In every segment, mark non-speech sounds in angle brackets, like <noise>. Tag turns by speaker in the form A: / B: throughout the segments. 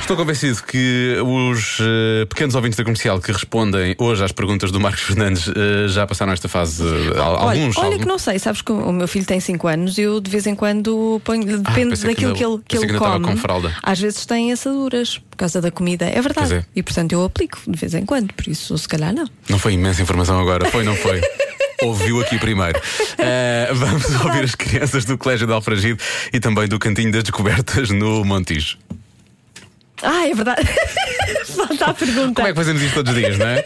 A: Estou convencido que os eh, pequenos ouvintes da comercial que respondem hoje às perguntas do Marcos Fernandes eh, já passaram esta fase. eh, al-
B: Olha,
A: alguns.
B: olha
A: algum-
B: que não sei, sabes que o meu filho tem 5 anos e eu de vez em quando ponho, depende
A: Ah, pensei que
B: daquilo
A: ainda-
B: que, ele, que
A: pensei que
B: ele
A: ainda estava
B: come.
A: com fralda.
B: Às vezes tem assaduras por causa da comida, é verdade.
A: Pois é.
B: E portanto eu aplico de vez em quando, por isso se calhar não.
A: Não foi imensa informação agora, foi, não
B: <laughs>
A: foi? Ouviu aqui primeiro. Eh, vamos ouvir as crianças do Colégio de Alfragide e também do Cantinho das Descobertas no Montijo.
B: Ah, é verdade. <laughs> Falta a pergunta.
A: Como é que fazemos isto todos os dias, não é?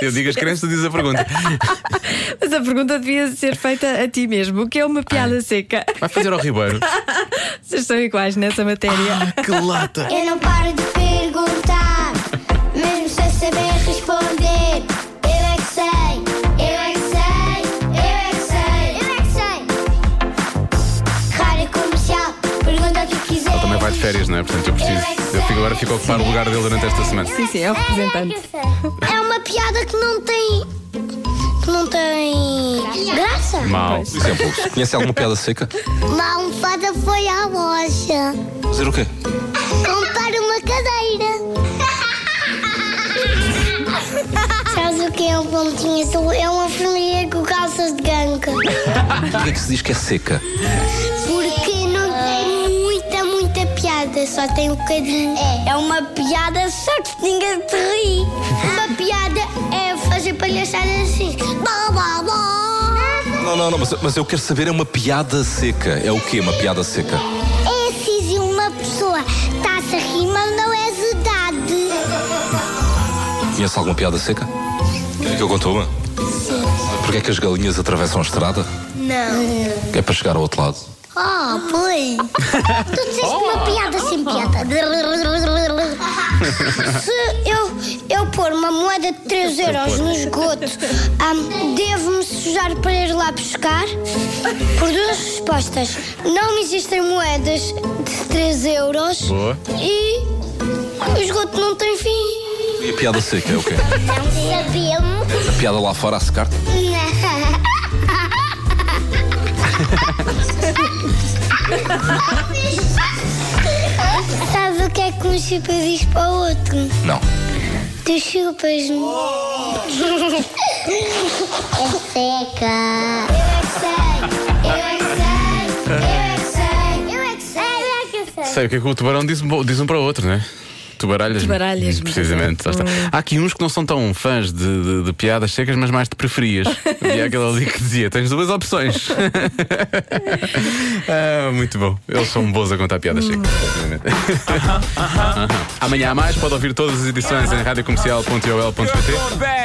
A: Eu digo as crianças, tu dizes a pergunta.
B: Mas a pergunta devia ser feita a ti mesmo, o que é uma piada seca.
A: Vai fazer ao Ribeiro.
B: Vocês são iguais nessa matéria.
A: Que lata!
C: Eu não paro de perguntar, mesmo sem saber responder. Eu é que sei, eu é que sei, eu é que sei, eu é que sei. Rádio comercial, pergunta o que quiser.
A: Ele também vai de férias, não é? Portanto, eu preciso. Eu fico, agora fico a ocupar o lugar dele durante esta semana.
B: Sim, sim, é o representante.
C: É uma piada que não tem. que não tem. graça.
A: Mal. Isso é pouco.
D: Conhece alguma piada seca?
C: Uma almofada foi à loja
D: Dizer o quê?
C: comprar uma <laughs> cadeira. Sabes o que é um pontinho azul? É uma formiga com calças de ganga.
D: Porquê é que se diz que é seca?
C: Porque não tem muita, muita piada, só tem um bocadinho. É, é uma piada, só que ninguém te ri. Uma piada é fazer palhaçadas assim. Bá, bá, bá.
D: Não, não, não, mas, mas eu quero saber, é uma piada seca. É o quê, uma piada seca?
C: É assim, se uma pessoa está-se a rir, mas não é verdade.
D: Conhece alguma piada seca? Quer que eu conte uma? Porquê é que as galinhas atravessam a estrada?
C: Não.
D: É para chegar ao outro lado.
C: Oh, pois. tu disseste uma piada sem piada. Se eu, eu pôr uma moeda de 3 euros no esgoto, ahm, devo-me sujar para ir lá buscar? Por duas respostas. Não existem moedas de 3 euros.
A: Boa.
C: E o esgoto não tem fim.
D: E a piada seca é o quê?
C: Não sabemos.
D: A piada lá fora a secar?
C: Sabe o que é que um chupa diz para o outro?
D: Não.
C: Tu chupas-me. é seca. Eu é que sei. Eu é que sei. Eu é que sei. Eu é que sei.
A: Sei o que é que o tubarão diz, diz um para o outro, não é? Tu baralhas.
B: Tu baralhas-me.
A: <laughs> Precisamente. lá está. Há aqui uns que não são tão fãs de, de- de piadas secas, mas mais de preferias. Havia aquele ali que dizia: tens duas opções. Ah, muito bom. Eles são bons a contar piadas secas. <laughs> precisamente. Amanhã há mais. Pode ouvir todas as edições em radiocomercial.ol.pt.
E: Going back.